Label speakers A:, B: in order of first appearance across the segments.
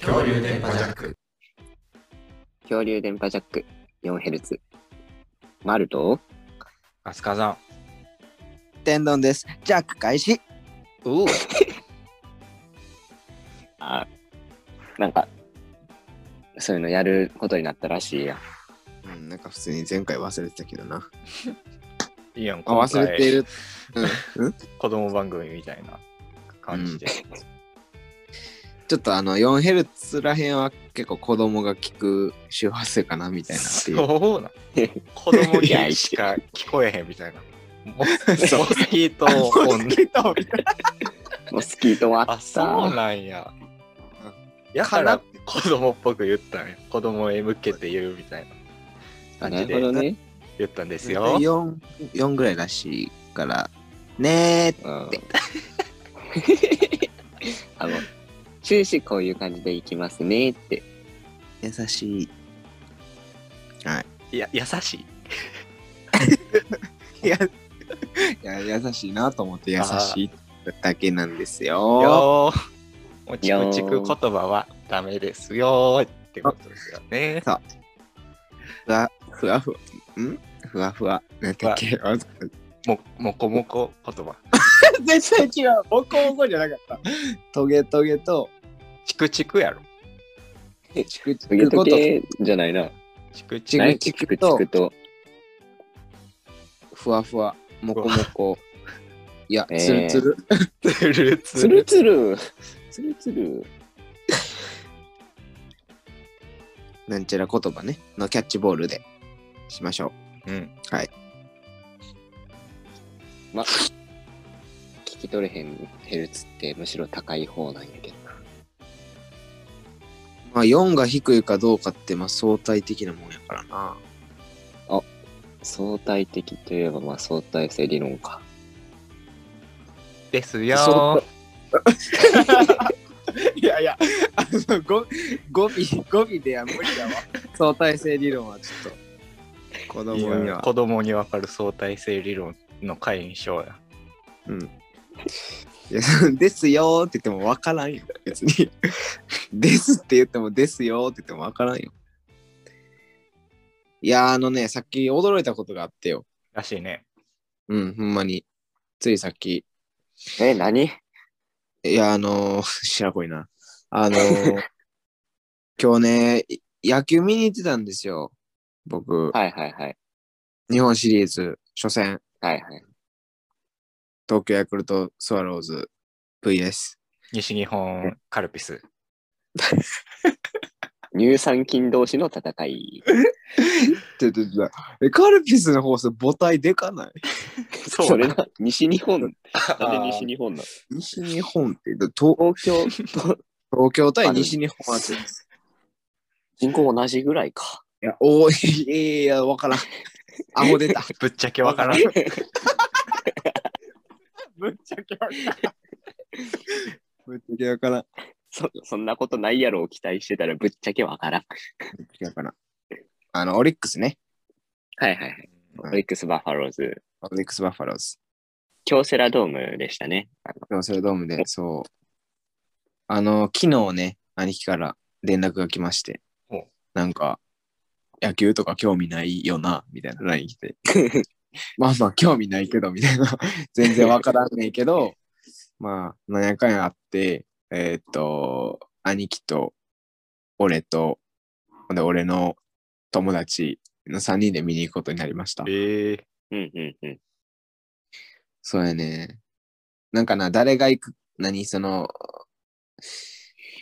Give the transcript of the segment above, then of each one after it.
A: 恐竜電波ジャック
B: 恐竜電波ジャック 4Hz マルと
C: アスカさん。
D: 天丼です。ジャック開始。
C: おお。
B: あなんかそういうのやることになったらしいや
D: うん、なんか普通に前回忘れてたけどな。
C: いいやん、
D: あ、忘れてる。
C: 子供番組みたいな感じで。
D: ちょっとあの 4Hz らへんは結構子供が聞く周波数かなみたいなって いう。
C: そうなん。子供にしか聞こえへんみたいな。モスキート音。
B: モスキートもあ
C: あ、
B: っ
C: そう
B: た
C: なんや。やから子供っぽく言ったんや。子供へ向けて言うみたいな
B: な
C: 感じ
B: るほど
C: で
B: ね
C: 言ったんですよ。
D: 4, 4ぐらいらしいから。ね
B: うん あの終始こういう感じでいきますねって
D: え、優しい。
C: いや、優しい。
D: いや、優しいなと思って優しいだけなんですよ。
C: よー。もちもちく言葉はダメですよーってことですよね。
D: ふわふわふわ。んふわふわ。なんだっけ
C: も、もこもこ言葉。
D: 絶対違う。ボコボコじゃなかった。トゲトゲと、
C: チクチクやろ。
D: チクチ
B: トゲ
D: ク
B: ト
D: こと、
B: ゲじゃないな
C: チク
D: ち
C: チ
D: ぐ
C: ク。
B: 何
D: ち
B: チ
D: ぐ
B: クチ
D: と
B: クと
D: ふわふわ、もこもこ。いや、
B: えー
D: つるつる。
C: つるつ
B: つる
C: る。
B: つるつるつる
D: なんちゃら言葉ね、のキャッチボールでしましょう。
C: うん。
B: 聞き取れへんヘルツってむしろ高い方なんやけどな
D: まあ、4が低いかどうかって、まあ、相対的なもんやからな。
B: 相対的といえばまあ相対性理論か
C: ですよ
D: そ
C: ー。
D: いやいや、あの、語語尾、語尾では無理だわ。相対性理論はちょっと、子供
C: い
D: に
C: や
D: は。
C: 子供にわかる相対性理論の会員証や。
D: いや ですよーって言っても分からんよ、別に。 ですって言っても、ですよーって言っても分からんよ。いやー、あのね、さっき驚いたことがあってよ。
C: らしいね。
D: うん、ほんまに。ついさっき、
B: え何
D: いや、あのー、 白子いな。あのー、 今日ね、い野球見に行ってたんですよ。僕、
B: はいはいはい
D: 日本シリーズ、初戦、
B: はいはい
D: 東京ヤクルトスワローズ VS。
C: 西日本カルピス。
B: 乳酸菌同士の戦い
D: ちょっとちょっとえカルピスの放送母体でかない
C: そう
B: それな西日本なん
C: あ
B: で
C: ー
B: 西日本な
D: 西日本って、だ東
B: の東京 と
D: 東京対西日本はちょっと
B: 人口同じぐらいか
D: いや、おい、いや、わ からん。アホ出た。
C: ぶっちゃけ わからん。
D: ぶっちゃけわからん。ぶっちゃけわからん。
B: そそんなことないやろを期待してたらぶっちゃけわからん
D: ぶっちゃけわからん。あの、オリックスね。
B: はいはいはいオリックスバファローズ
D: オリックスバッファローズ。
B: 京セラドームでしたねあの
D: 京セラドームで、そう。あの、昨日ね、兄貴から連絡が来まして
C: お、
D: なんか、野球とか興味ないよな、みたいな LINE 来て。まあまあ、興味ないけど、みたいな。 全然わからんねんけど、まあ、何やかんやあって、えーっと、兄貴と、俺と、ほんで、俺の友達の3人で見に行くことになりました。
C: ええ
B: うんうんうん
D: そうやね。なんかな、誰が行く、何、その、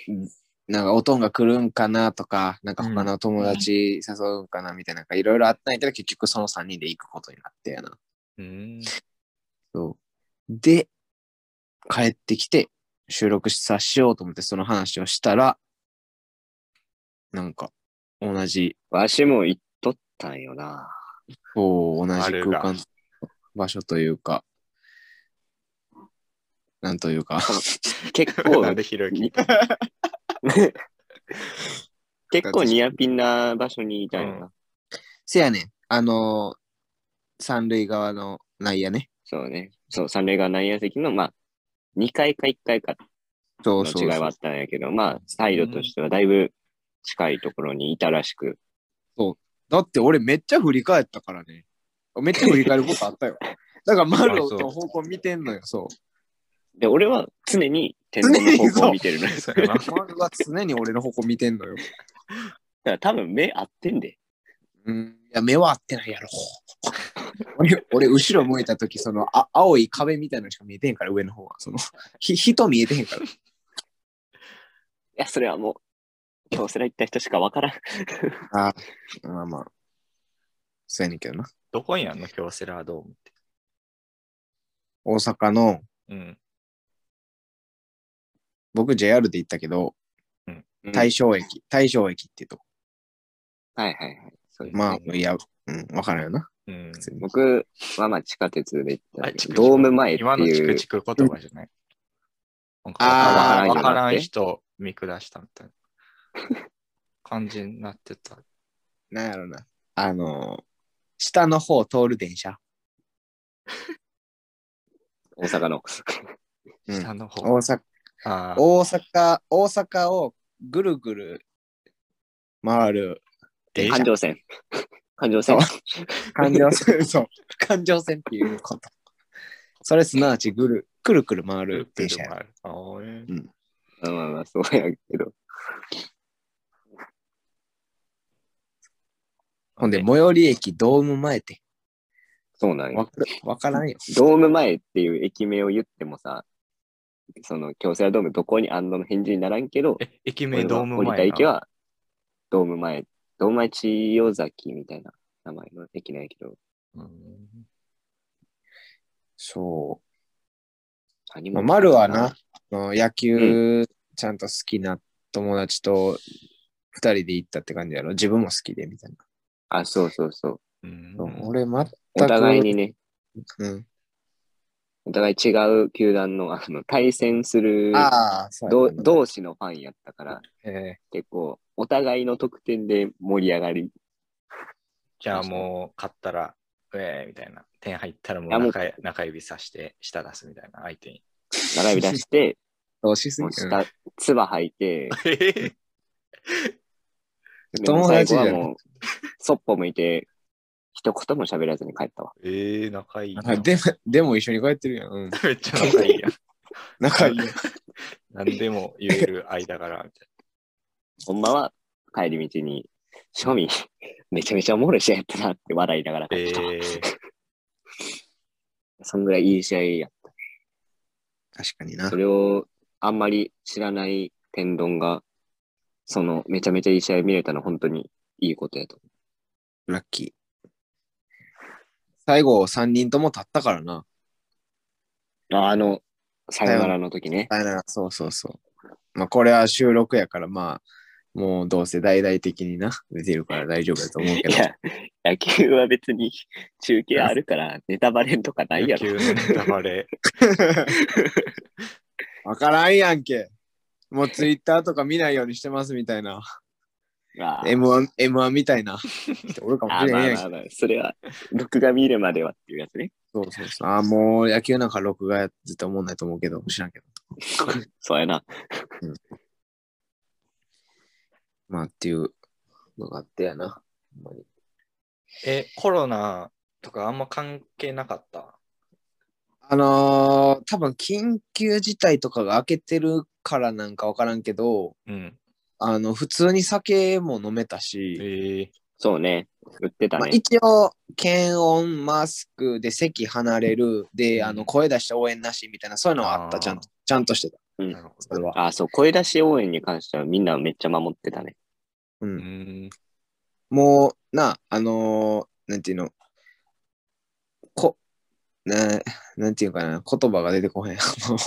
D: んなんか、おとんが来るんかなとか、なんか、他の友達誘うんかなみたいな、なんかいろいろあったんやけど、結局その3人で行くことになってやな。
C: うん。
D: そう。で、帰ってきて、収録さしようと思って、その話をしたら、なんか、同じ、
B: わしも行っとったんよな
D: お同
C: あ
D: じ
C: る
D: 空
C: が
D: 間、場所というか、なんというか、
B: 結構
C: なんでひろき。
B: 結構ニアピンな場所にいたよな、
C: う
D: せやねん。あのー三塁側の内野ね。
B: そうね。そう、三塁側内野席の、まあ、2階か1階か
D: そ
B: の
D: うそうそう
B: 違いはあったんやけど、まあ、サイドとしてはだいぶ近いところにいたらしく、
D: だって俺めっちゃ振り返ったからね。めっちゃ振り返ることあ ったよ。だから丸
C: あそう
D: の方向見てんのよ、そう。
B: で、俺は常に天皇の方向を見てるのよ。
C: そうやな。
D: 丸は常に俺の方向見てんのよ。
B: だから 多分目合ってんで。
D: うん。いや、目は合ってないやろ。 俺、俺後ろ向いた時そのあ、青い壁みたいなのしか見えてへんから、上の方は。その、ひ、人見えてへんから。
B: いや、それはもう、京セラ行った人しかわからん。
D: あまあまあ。そうやねんけどな。
C: どこにあんの京セラドームって。
D: 大阪の、
C: うん。
D: 僕 JR で行ったけど、大正駅、大正駅っていうとこ。
B: はいはいはい。そうです
D: まあ、いや、うん、わからんよな。
C: うん
D: 普。通に
B: 僕はまあ地下鉄で行ったんだけど
C: あ
B: ドーム前って
C: 今のチ
B: い
C: ク
B: う
C: チク言葉じゃない。なんか
D: あー
C: わからん人を見下したみたいな感じになってた。
D: なんやろな。あのー下の方通る電車。
B: 大阪の。
D: うん
C: 下の方。
D: 大阪、
C: あー
D: 大阪、大阪をぐるぐる回る電
B: 環
D: 車。
B: 状線。環状線。
D: 環状 線、そう。環状線っていうこと。それすなわちぐる、くるくる回る電車や。
C: ある。あーえー
B: まあまあまあ、そうやけど。
D: ほんで、最寄り駅ドーム前って。
B: そうなんよ
D: わかわからんよ。
B: ドーム前っていう駅名を言ってもさ、その京セラドームどこにあんのの返事にならんけど、
C: え、駅
B: 俺
C: 名
B: は
C: ドーム
B: 降りた
C: 前
B: 駅
C: な。
B: はドーム前、ドーム前千代崎みたいな名前の駅なんやけど、
C: うん
D: そ
B: 何
D: う。ま
B: も
D: あ、丸はな、あの野球、ちゃんと好きな友達と二人で行ったって感じやろ。自分も好きで、みたい
B: あ、そうそうそう。
C: うん
D: な。俺、全く。
B: お互いにね、
D: うん。
B: お互い違う球団のあの対戦する
D: ああ、そう
B: ど
D: や
B: う
D: な
B: 同士のファンやったから、
D: え
B: 結構お互いの得点で盛り上がり。い
C: じゃあもう勝ったら、えーみたいな。点入ったらも
B: いや
C: う
B: もう
C: 中中指さして下出すみたいな 相手に。
B: 並び出 して、
D: 同士すぎ
B: もう
D: る。
B: 下、唾吐いて、でも
D: 友
B: 最
D: 達
B: 後
D: じゃ
B: は
D: ん。
B: もう、そっぽ向いて、一言も喋らずに帰ったわ。
C: えー、仲いいな。
D: あでも、でも一緒に帰ってるやん。うん。
C: めっちゃ仲いいやん。
D: 仲いい。
C: 何でも言える間柄みたい
B: ほんまは帰り道に、庶民、 めちゃめちゃおもろい試合やったなって笑いながら
C: な。え
B: 帰ったわ。
C: ー、
B: そんぐらいいい試合やっ
D: 確かに
B: た。
D: な
B: そ。れをあんまり知らない天丼が、そのめちゃめちゃいい試合見れたの本当にいいことやと。
D: ラッキー。最後、三人とも立ったからな。
B: ああの、さよならの時ね。
D: あらそうそうそう。まあ、これは収録やから、まあ、もうどうせ大々的にな、出てるから大丈夫だと思うけ
B: い
D: ど。
B: や、野球は別に中継あるからネタバレとかないや
C: 野
B: ろ。
C: 球のネタバレ。
D: わからんやんけ。もうツイッターとか見ないようにしてますみたいな。
B: まあ
D: M1, M1 みたいな人おるかも
B: あ
D: しれ
B: ま
D: へ
B: あ
D: んやん
B: まあまあ、それは、録画見るまではっていうやつね。
D: そうそうそう。ああ、もう野球なんか録画やって絶対思んないと思うけど、知らんけど。
B: そうやな。
D: まあっていうのがあってやな。ほんまに
C: え、コロナとかあんま関係なかった。
D: あのー、多分緊急事態とかが開けてるからなんかわからんけど、
C: うん。
D: あの、普通に酒も飲めたし、
C: え
B: そうね。売ってた
D: まあ、
B: ね。
D: 一応、検温、マスクで席離れる、
C: う
D: で、
C: ん
D: あの、声出して応援なしみたいな、そういうのはあっ
C: あ
D: た、
C: ー
D: ちゃんと、ちゃんとしてた、
C: ー、なるほ
D: それ
C: ど。
D: は。
B: あ、そう、声出し応援に関してはみんなめっちゃ守ってたね。
D: う。
C: うんん。
D: もう、な、あのーなんていうの、こ、な、なんていうかな、言葉が出てこへん。 もう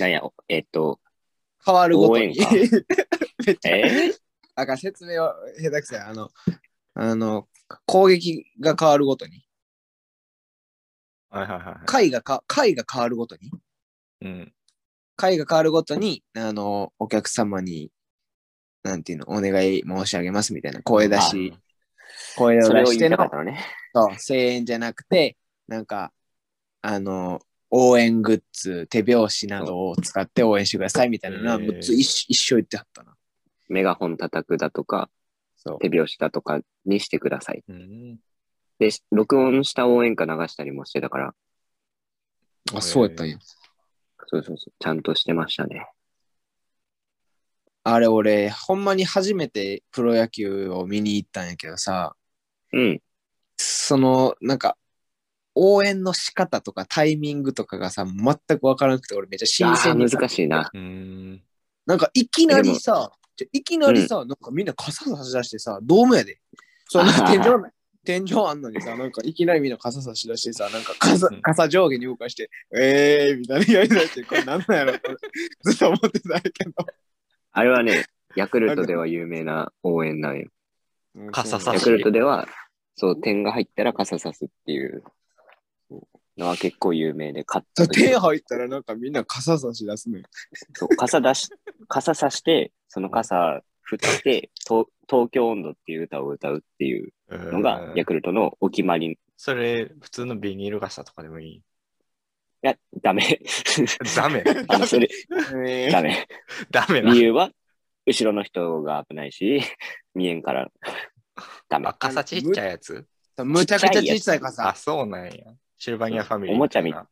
B: なんや、えっと、
D: 変わるごとに
B: 応援歌。
D: めっちゃ
B: え
D: だから説明は下手くそや。あの、あの、攻撃が変わるごとに、
C: はいはいはいは
D: 回がか、回が変わるごとに、
C: い。うん。
D: 回が変わるごとに、あの、お客様に、なんていうの、お願い申し上げますみたいな、声出し、声
B: ー、
D: を
B: それ
D: 出
B: を
D: し
B: 言
D: て
B: いたかっ
D: の、
B: たのね。
D: そう声援じゃなくて、なんか、あの、応援グッズ、手拍子などを使って応援してくださいみたいなのは、
C: へー
D: 6つ一緒一緒言ってはったな。
B: メガホン叩くだとか、
D: そう。
B: 手拍子だとかにしてください。
C: うん。
B: で、録音した応援歌流したりもしてたから、
D: あ、そうやったんや。
B: そうそうそう、ちゃんとしてましたね。
D: あれ、俺、ほんまに初めてプロ野球を見に行ったんやけどさ、
B: うん。
D: その、なんか、応援の仕方とかタイミングとかがさ、全くわからなくて、俺めっちゃ
B: あ
D: 新
B: あ
D: 鮮に
B: ー、難しいな。
C: うん。
D: なんかいきなりさ、ちょいきなりさ、なんかみんな傘差し出してさ、ドームやで。そう、なんか天井、天井あんのにさ、なんかいきなりみんな傘差し出してさ、なんか傘
C: うん
D: 傘上下に動かして、えーみたいなやりだして、これなんなんやろってずっと思ってたんやけ
B: あれはね、ヤクルトでは有名な応援なんよ。
D: ど。
C: 傘差
B: ヤ
C: し
B: クルトでは、そう、点が入ったら傘さすっていうのは結構有名で、勝った
D: そう
B: 時
D: 手入ったらなんかみんな傘差し出すのよ。
B: そう傘出し、傘さして、その傘振って、と東京温度っていう歌を歌うっていうのが、ヤクルトのお決まり。い
C: それ、普通のビニール傘とかでもいい。
B: や、ダメ。
C: ダメ。
B: あの、それ、
D: え
B: ダメ。
C: ダメな
B: 理。由は、後ろの人が危ないし、見えんから、ダメ
C: あ、。傘ちっちゃいやつ
D: ー、むちゃくちゃ小さい傘
C: あ、。そうなんや。シルバニアファミリー。
B: おもちゃみ
C: た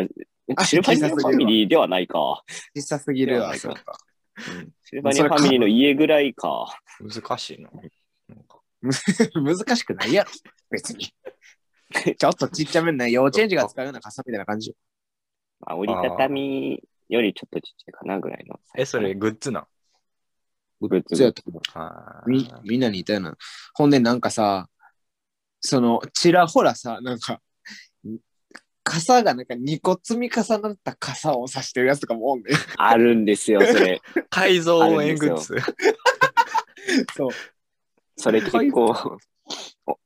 C: いな
D: あ
B: シルバニアファミリーではないか。
D: 小さすぎるわ、
B: いや
D: そうか。
B: シルバニアファミリーの家ぐらいか。
C: 難しいな。なんか
D: 難しくないやろ、別に。 ちょっとちっちゃめな幼稚園児が使うような傘みたいな感じよ。
B: まあ、折りたたみよりちょっとちっちゃいかなぐらいの。
C: え、それ、グッズなん。
B: グッズ
D: そうやと思う
C: あー
D: みみんなにいたような。ほんでなんかさ、そのちらほらさ、なんか、ん傘がなんか2個積み重なった傘をさしてるやつとかもおんねん。
B: あるんですよ、そ れ。
C: 改造応援グッズ。
D: そう。
B: それ結構お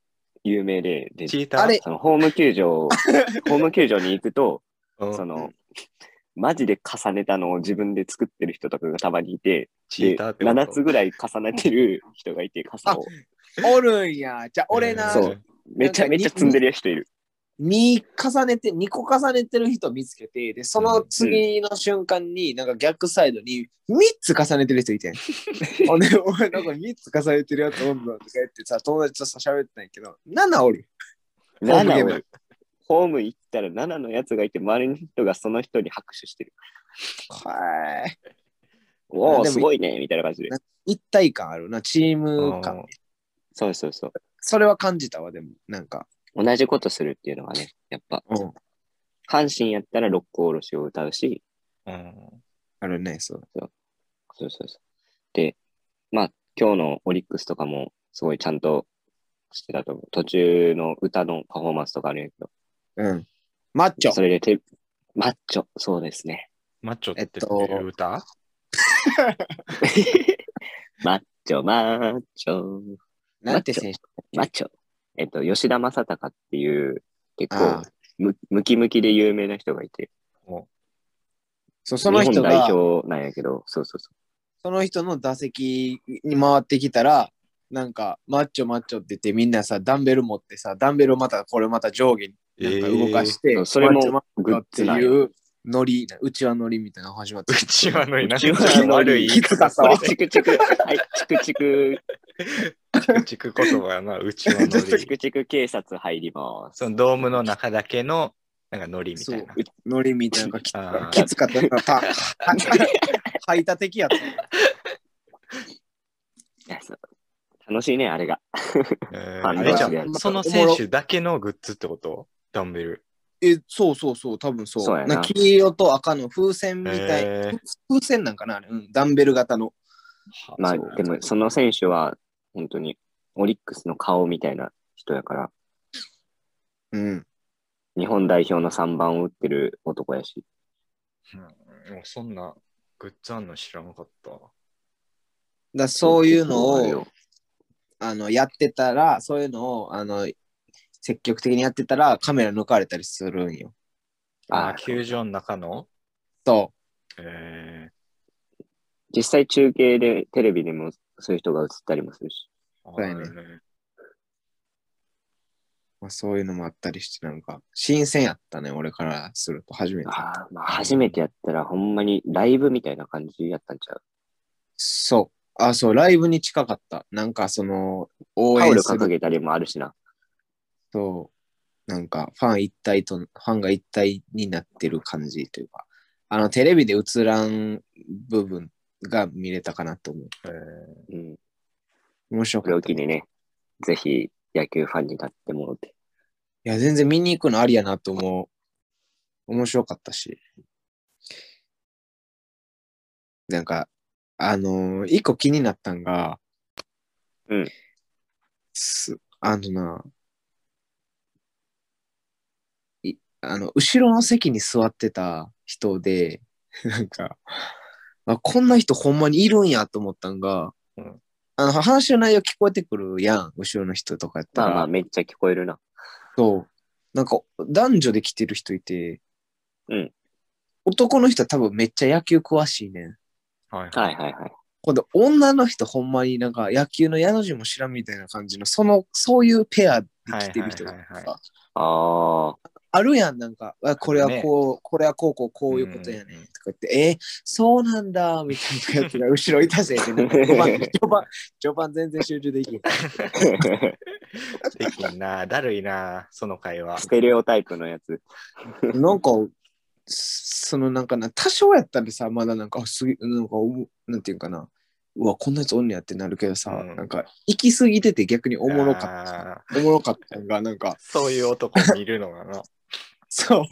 B: 有名で、で
C: チーター
D: あれ
B: そのホーム球 場、ホーム球場に行くと、
C: うん
B: その、マジで重ねたのを自分で作ってる人とかがたまにいて、
C: チ
B: で
C: ーターってこと
B: 7つぐらい重ねてる人がいて、傘を。
D: おるんや。じゃあ俺な、
B: そうめちゃめちゃ積んでる人いる。
D: 2重ねて、2個重ねてる人見つけて、で、その次の瞬間に、なんか逆サイドに3つ重ねてる人 いてん。ほんで、俺なんか3つ重ねてるやつおんのとか言ってさ、友達とさ喋ってたんやけど、7おる。ホームゲーム
B: 7をホーム行ったら7のやつがいて、周りの人がその人に拍手してる。
D: はい。
B: おお、
D: でも
B: すごいね、みたいな感じで。
D: 一体感あるな、チーム
C: う
D: 感
C: ん。
B: そうそうそう。
D: それは感じたわ、でも、なんか。
B: 同じことするっていうのがね、やっぱ、
D: うん。
B: 阪神やったら六甲おろしを歌うし、
C: うん
D: あるね、そう。
B: そうそうそう。で、まあ、今日のオリックスとかも、すごいちゃんとしてたと思う。途中の歌のパフォーマンスとかあるんやけ
D: うん。マッチ
B: ど、そ
D: ョ。
B: れで手、マッチョ、そうです ね。
C: マッチョって
D: えっと
C: どういう歌
B: マッチョ、マッチョ、
D: なんて選手
B: マッチョ。えっと、吉田正尚っていう、結
D: あ
B: 構
D: あ
B: む、ムキムキで有名な人がいて、
D: そうそ
B: 日
D: の
B: 本
D: 人
B: 代
D: が、
B: 表なんやけど、そうそうそ
D: その人の打席に回ってきたら、なんか、マッチョマッチョって言って、みんなさ、ダンベル持ってさ、ダンベルをまたこれまた上下になんか動かし
C: え
D: て、
B: う。それ
D: マッチョマ
B: も
D: ッチ
B: グ
D: ョ
B: ッ
D: っ
B: ズ
D: て
B: なん
D: い
B: や
D: うノリ、うちわノリみたいなのが始まって
C: ー。うちわのいな
B: うちわの
C: 悪い言
D: き
C: い
D: つかっ
C: 方
B: こ
D: たわ
B: れ、チクチク、はい、チクチ ク、
C: チク言葉やな、うちわの
B: チ
C: り。
B: クチク警察入ります。
C: そのドームの中だけの、なんかノリみたいな。
D: ノリみたいなのが きつ
C: あー
D: きつかったからた 排他的やった。
B: いやそう楽しいね、あれが。
C: え
B: あ
C: ーあれじゃ
B: あれ
C: ん、その選手だけのグッズってことダンベル。
D: え、そうそうそう、多分そう。
B: そうやな
D: な黄色と赤の風船みたい。
C: へー
D: 風船なんかなあれ、うん、ダンベル型の。
B: まあ、
D: そう
B: でも、その選手は、本当に、オリックスの顔みたいな人やから、
D: うん。
B: 日本代表の3番を打ってる男やし、
C: うんもうそんなグッズあんの知らなかった。
D: だそういうの
B: あれ
D: をあのやってたら、そういうのをあの積極的にやってたらカメラ抜かれたりするんよ。
B: あ
C: あー、球場の中の
D: そ
C: え
B: 実際中継で、テレビでもそういう人が映ったりもするし、
C: ー、
D: そうやね
C: あー
D: まあ、そういうのもあったりして、なんか、新鮮やったね、俺からすると、初めて。
B: ああ、まあ初めてやったらほんまにライブみたいな感じやったんちゃう
D: そう。あ、そう、ライブに近かった。なんか、その、応
B: タオ
D: 援
B: ル
D: す
B: 掲
D: る
B: げたりもあるしな。
D: と、なんか、ファン一体と、ファンが一体になってる感じというか、あの、テレビで映らん部分が見れたかなと思う。
C: えー
B: うん。
D: 面白
B: こ
D: か
B: れ
D: っ
B: を
D: た。い
B: 機にね、ぜひ野球ファンになってもろて。
D: や、全然見に行くのありやなと思う。面白かったし。なんか、あのー一個気になったんが、
B: うん
D: す。あのな、い、あの、後ろの席に座ってた人で、 なんか、あこんな人ほんまにいるんやと思ったんが、
C: うん
D: あの、話の内容聞こえてくるやん、後ろの人とかやった
B: ま
D: ら。
B: あまあめっちゃ聞こえるな。
D: そう。なんか、男女で来てる人いて、
B: うん。
D: 男の人は多分めっちゃ野球詳しいねん。
C: は
B: はい
C: い
B: はいはい。
D: 今度、女の人ほんまになんか野球の矢の字も知らんみたいな感じの、その、そういうペアで来てる人が
C: はいはいはいは
D: さ、
B: ああ、
D: あるやん、なんか、あこれはこう、これはこうこう、こういうことやねんとか言って、えーそうなんだ、みたいなやつが後ろいたせいで、なんか序 盤、序盤、序盤全然集中できない。
C: できんな、だるいな、その会話
B: ス。テレオタイプのやつ。
D: なんか、そそのなんかな、多少やったらさ、まだなんか、あすげなんか、おなんていうんかな、うわ、こんなやつおんねやってなるけどさ、
C: うん
D: なんか、行き過ぎてて逆におもろかった。
C: あー
D: おもろかったのが、なんか、
C: そういう男見るのがな。
D: そう、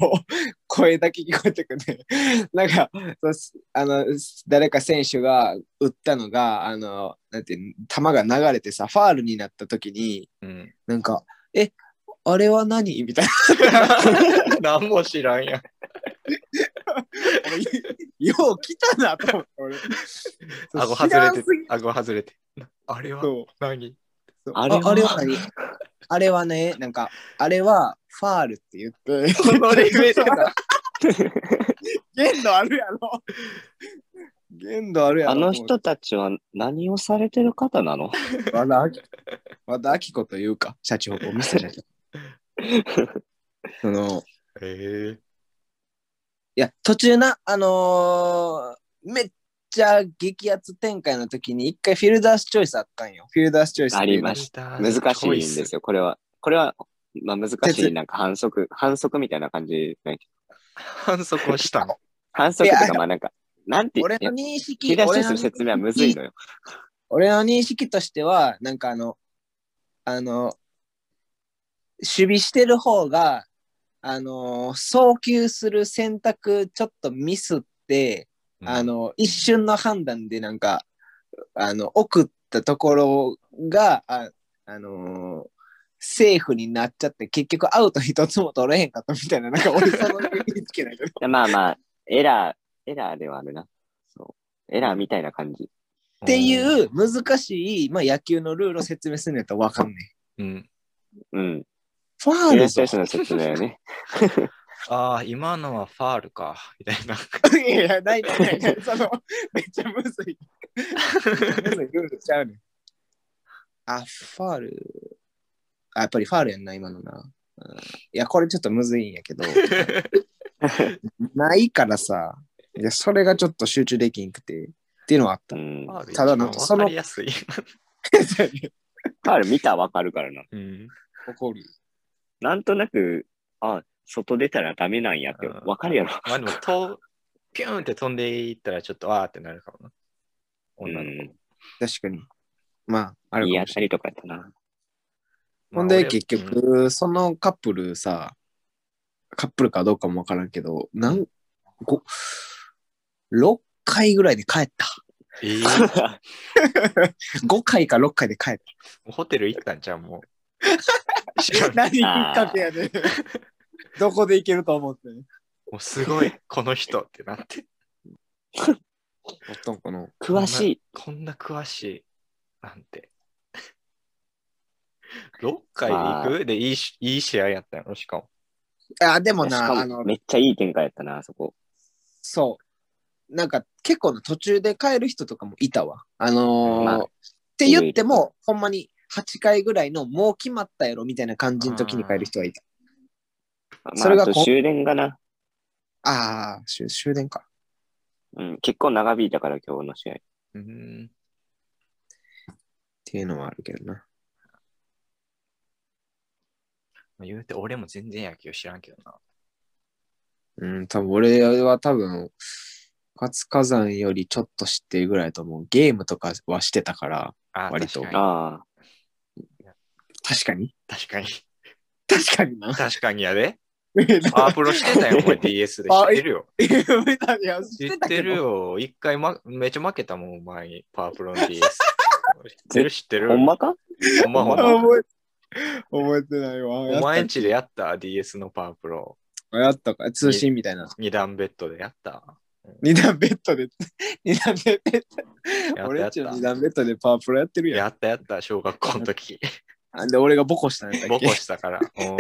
D: 声だけ聞こえてくるね。 なんか、そうすあの、す誰か選手が打ったのが、あの、なんていうの、球が流れてさ、ファールになった時に、
C: うん。
D: なんか、え、あれは何みたいな。
C: 何も知らんやん。
D: 俺よう来たなと思って俺。
C: 顎外れて
D: 知らんすぎ、
C: 顎外れて。あれは
D: そう
C: 何
D: そう
B: あ
D: あ
B: れ
D: れ
B: は
D: は何あれはね、なんか、あれはファールって言って、
C: このレベルだ。
D: 限度あるやろ。限度あるやろ。
B: あの人たちは何をされてる方なの
D: 和田アキ、和田アキ子というか、社長、お店社長。その、
C: え
D: いや、途中な、あのーめっちゃ激アツ展開の時に、一回フィルダースチョイスあったんよ。フィルダースチョイスっていう
B: あり
C: え
B: ま
C: 難
B: し 難
C: し
B: しいんですよ、これは。これは、まあ難しい、なんか反則、反則みたいな感じ。
C: 反則をし たの。
B: 反則と
D: い
B: か、
D: や
B: まあなんか、なんて
D: 俺
B: い
D: の
B: や
D: 認識
B: 切り出
D: 俺
B: し
D: の
B: する説明はむずいのよ。
D: 俺の認識としては、なんかあの、あの、守備してる方が、あの、送球する選択ちょっとミスって、あの、一瞬の判断でなんか、あの、送ったところが、あ、あのセーフになっちゃって、結局アウト一つも取れへんかったみたいな、なんか俺その認識だけど。
B: いやまあまあ、エラー、エラーではあるな。そう。エラーみたいな感じ。
C: っ
D: ってい。う難しい、まあ野球のルールを説明するのやったらわかんない。
C: うん。
B: うん。
D: ファ
B: フ
D: ー
B: ィ
D: ル
B: ル
D: で
B: ダー
D: す
B: ステーションの説明はね。
C: ああ、今のはファールか。みたいな。
D: いやいや、ないないないない。その、めっちゃむずい。むずい、ルールちゃうねん。あ、ファール。あ、やっぱりファールやんな、今のな。うんいや、これちょっとむずいんやけど、 ないからさ、いや、それがちょっと集中できんくて、っていうのはあっ
B: う
D: た。
B: ん。フ
D: ただなんかその
C: わかり やすい。
B: ァール見たらわかるからな。
C: うん。
D: 怒る。
B: なんとなく、あ、外出たらダメなんやって、わかるやろ。
C: まあでも、と、ピューンって飛んでいったら、ちょっとあーってなるかもな。女の子。
D: 確かに。まあ、ある
B: いい
D: かも
B: 当
D: したれな
B: り
D: い。
B: とかやったな。
D: ほん
C: まあ
D: で、
C: 俺
D: 結
C: うん
D: 局、そのカップルさ、カップルかどうかもわからんけど、なん、ご、6回ぐらいで帰った。
C: えー
D: 5回か6回で帰っ
C: ホテル行ったんじゃん、も う。知ら
D: た。
C: ん
D: 何き
B: っかけ
D: やね どこで行けると思って。
C: もうすごい、この人ってなって。
D: おったんかな
B: 詳しい。
C: こんな詳しい。なんて。6回で行くでいいし、いい試合やったのしかも。
D: あ、でも
B: しか
D: な、
B: も
D: あの、
B: めっちゃいい展開やったな、あそこ。
D: そう。なんか結構な途中で帰る人とかもいたわ。あのー
B: まあ
D: って言っても、ほんまに8回ぐらいのもう決まったやろみたいな感じの時に変える人はいた。
B: まあ、
D: それが
B: あと
D: こ
B: 終電がな、
D: ああ、終終電か。
B: うん、結構長引いたから今日の試合。
C: うん。
D: っていうのはあるけどな。
C: まあ言うて、俺も全然野球知らんけどな。
D: うん、多分俺は多分、活火山よりちょっと知ってるぐらいだと思う。ゲームとかはしてたから、
C: あー
D: 割と
C: 確か
B: ああ、
D: 確かに
C: に。確かに。
D: 確かにな。
C: 確かにやで。パワープロしてたよ、お前 DS で。知って るよ。
D: いや
C: 知
D: 知
C: っ
D: ってた
C: て
D: け
C: る
D: ど
C: よ。一回、ま、めっちゃ負けたもん、お前に。パワープロの DS。知ってる知ってる
B: ほんまか
C: ほんまほん
D: あ
C: ま。
D: 覚え覚えてないわ。
C: お前んちでやった ?DS のパワープロ。
D: やったか通信みたいな。
C: 二段ベッドでやった
D: 二段ベッドで、 二段ベッ
C: た
D: ド。俺んち
C: や
D: の
C: った
D: 二段ベッドでパワープロやってるや
C: やったやった、小学校の時。
D: ん。あで、俺がボコしたんやったっ
C: ボ
D: け
C: コしたから。うん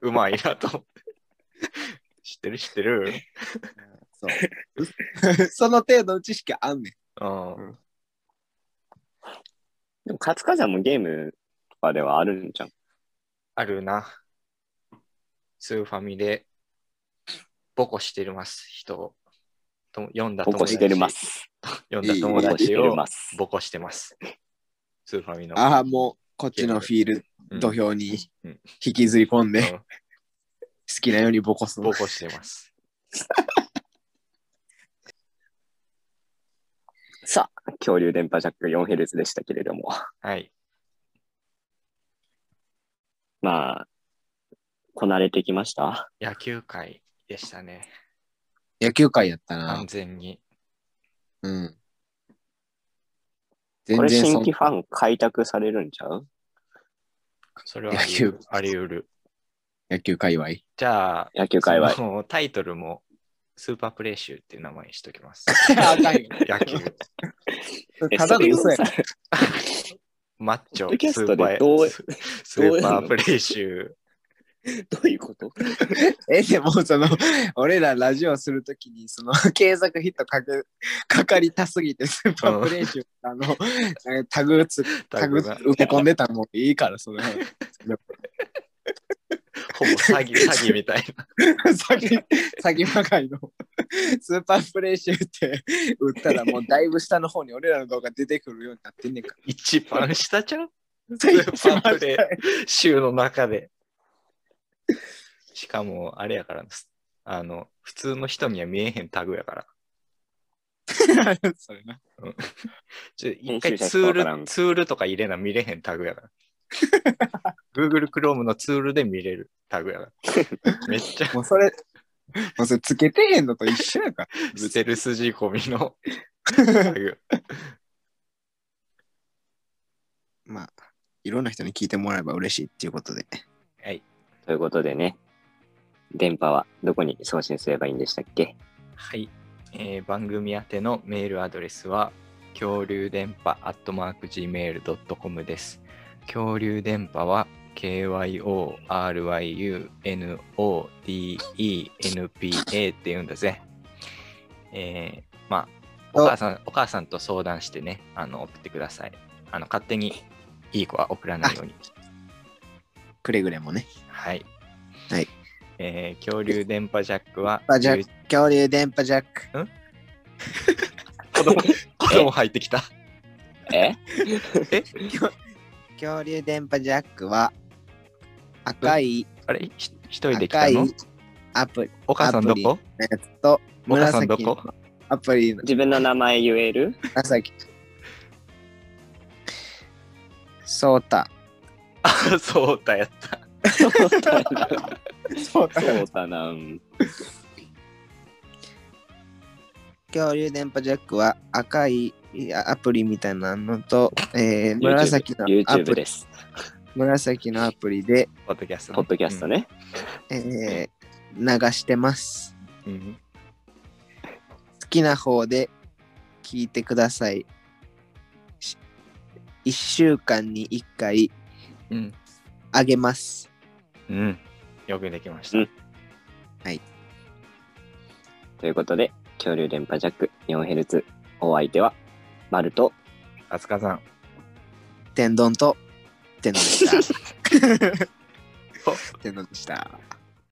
C: うまいなと思って。知ってる知ってる。
D: そう その程度の知識あんねん。
C: うん。
B: でも、活火山もゲームとかではあるんじゃん。
C: あるな。スーファミで、ボコしてるます、人を。と読んだ
B: 起こしてるます。
C: 読んだ友
B: 起こし
C: 達
B: てる
C: を
B: ます。
C: ボコしてます。スーファミの。
D: ああ、もうこっちのフィール
C: うん
D: 土俵に
C: うん
D: 引きずり込んで、
C: う
D: 好
C: ん
D: きなようにボコすの
C: ボ。コしてます。
B: さあ、恐竜電波ジャック 4Hz でしたけれども。
C: はい。
B: まあ、こなれてきました。
C: 野球界でしたね。
D: 野球界やったな
C: 完。全に。
D: うん。
B: こ
D: 全
B: れ
D: 然
B: 新
D: そん
B: 規ファン開拓されるんちゃう
C: それはあり得る
D: 野球
C: あ
D: 野球
C: り得る。
D: 界 隈。
C: じゃあ、
B: 野球界隈。
C: そのタイトルも、スーパープレイ集っていう名前にしとき ます。
D: あかんよ
C: 野球。
B: え
D: ただの嘘や
B: それをさ
C: マッチ
B: ポッドキ
C: ョ、
B: ャ
C: ス
B: ス
C: ー
B: ト
C: パ
B: でどう
C: ー、ススーパープレイ集。
B: どういうこと
D: え、でもその、俺らラジオするときに、その、 継続ヒットかけ、かかりたすぎて、スーパープレイ集、あの、えタグつ、タグ
C: が
D: 埋め込んでたらもういいから、 その、
C: ほぼ詐 欺、詐欺みたいな。
D: 先、先まがいの、スーパープレイ集って打ったら、もうだいぶ下の方に俺らの動画出てくるようになってんねんか
C: 一番下ちゃ う
D: ら。
C: スーパープレイ集の中で。しかも、あれやからな、すあの、普通の人には見えへんタグやから。
D: それな。
C: ちょ一
B: 編
C: 回
B: 集者し
C: ツ
B: かわからん
C: ール、ツールとか入れな見れへんタグ やから。Google Chrome のツールで見れるタグやから。 めっちゃ
D: もうそれ、もうそれつけてへんのと一緒やから。
C: セルス仕込みのタグ。
D: まあ、いろんな人に聞いてもらえば嬉しいっていうことで。
C: はい。
B: ということでね、電波はどこに送信すればいいんでしたっけ
C: はい、えー番組宛てのメールアドレスは恐竜電波アットマーク Gmail.com です。恐竜電波は KYORYUNODENPA って言うんだぜ。えーまあ、お母さん、お母さんと相談してね、あの、送ってください。あの、勝手にいい子は送らないように。
D: くれぐれもね。
C: はい。
D: はい。
C: えー恐竜電波ジャックは、
D: あじゃあ恐竜電波ジャック。
C: 子供、子供入ってきた。
B: え
D: 恐竜電波ジャックは赤い
C: あれひ一人で来
D: 赤
C: た
D: い
C: の
D: アプリ
C: お母さんどこ
D: のやつと
C: お母さん
D: 紫
C: ど
D: の
C: こ
D: アプリの
B: 自分の名前言える
D: 紫そうた
C: あ、そうだやった。
D: そうた
B: そうだなん。
D: 恐竜電波ジャックは赤いいやアプリみたいなのと、えー、 紫のア
B: YouTube
D: プリ
B: です。
D: 紫のアプリで、
C: ポッドキャスト、
B: ポッドキャスト。ね。
D: えー、流してます
C: うんうん
D: 好きな方で聞いてください。し一週間に一回
C: うん。
D: あげます。
C: うん。よくできました。
B: うんということで、恐竜電波ジャック 4Hz。お相手は、マルと、
C: あつかさん。
D: 天丼と ってのでした。ってのでした。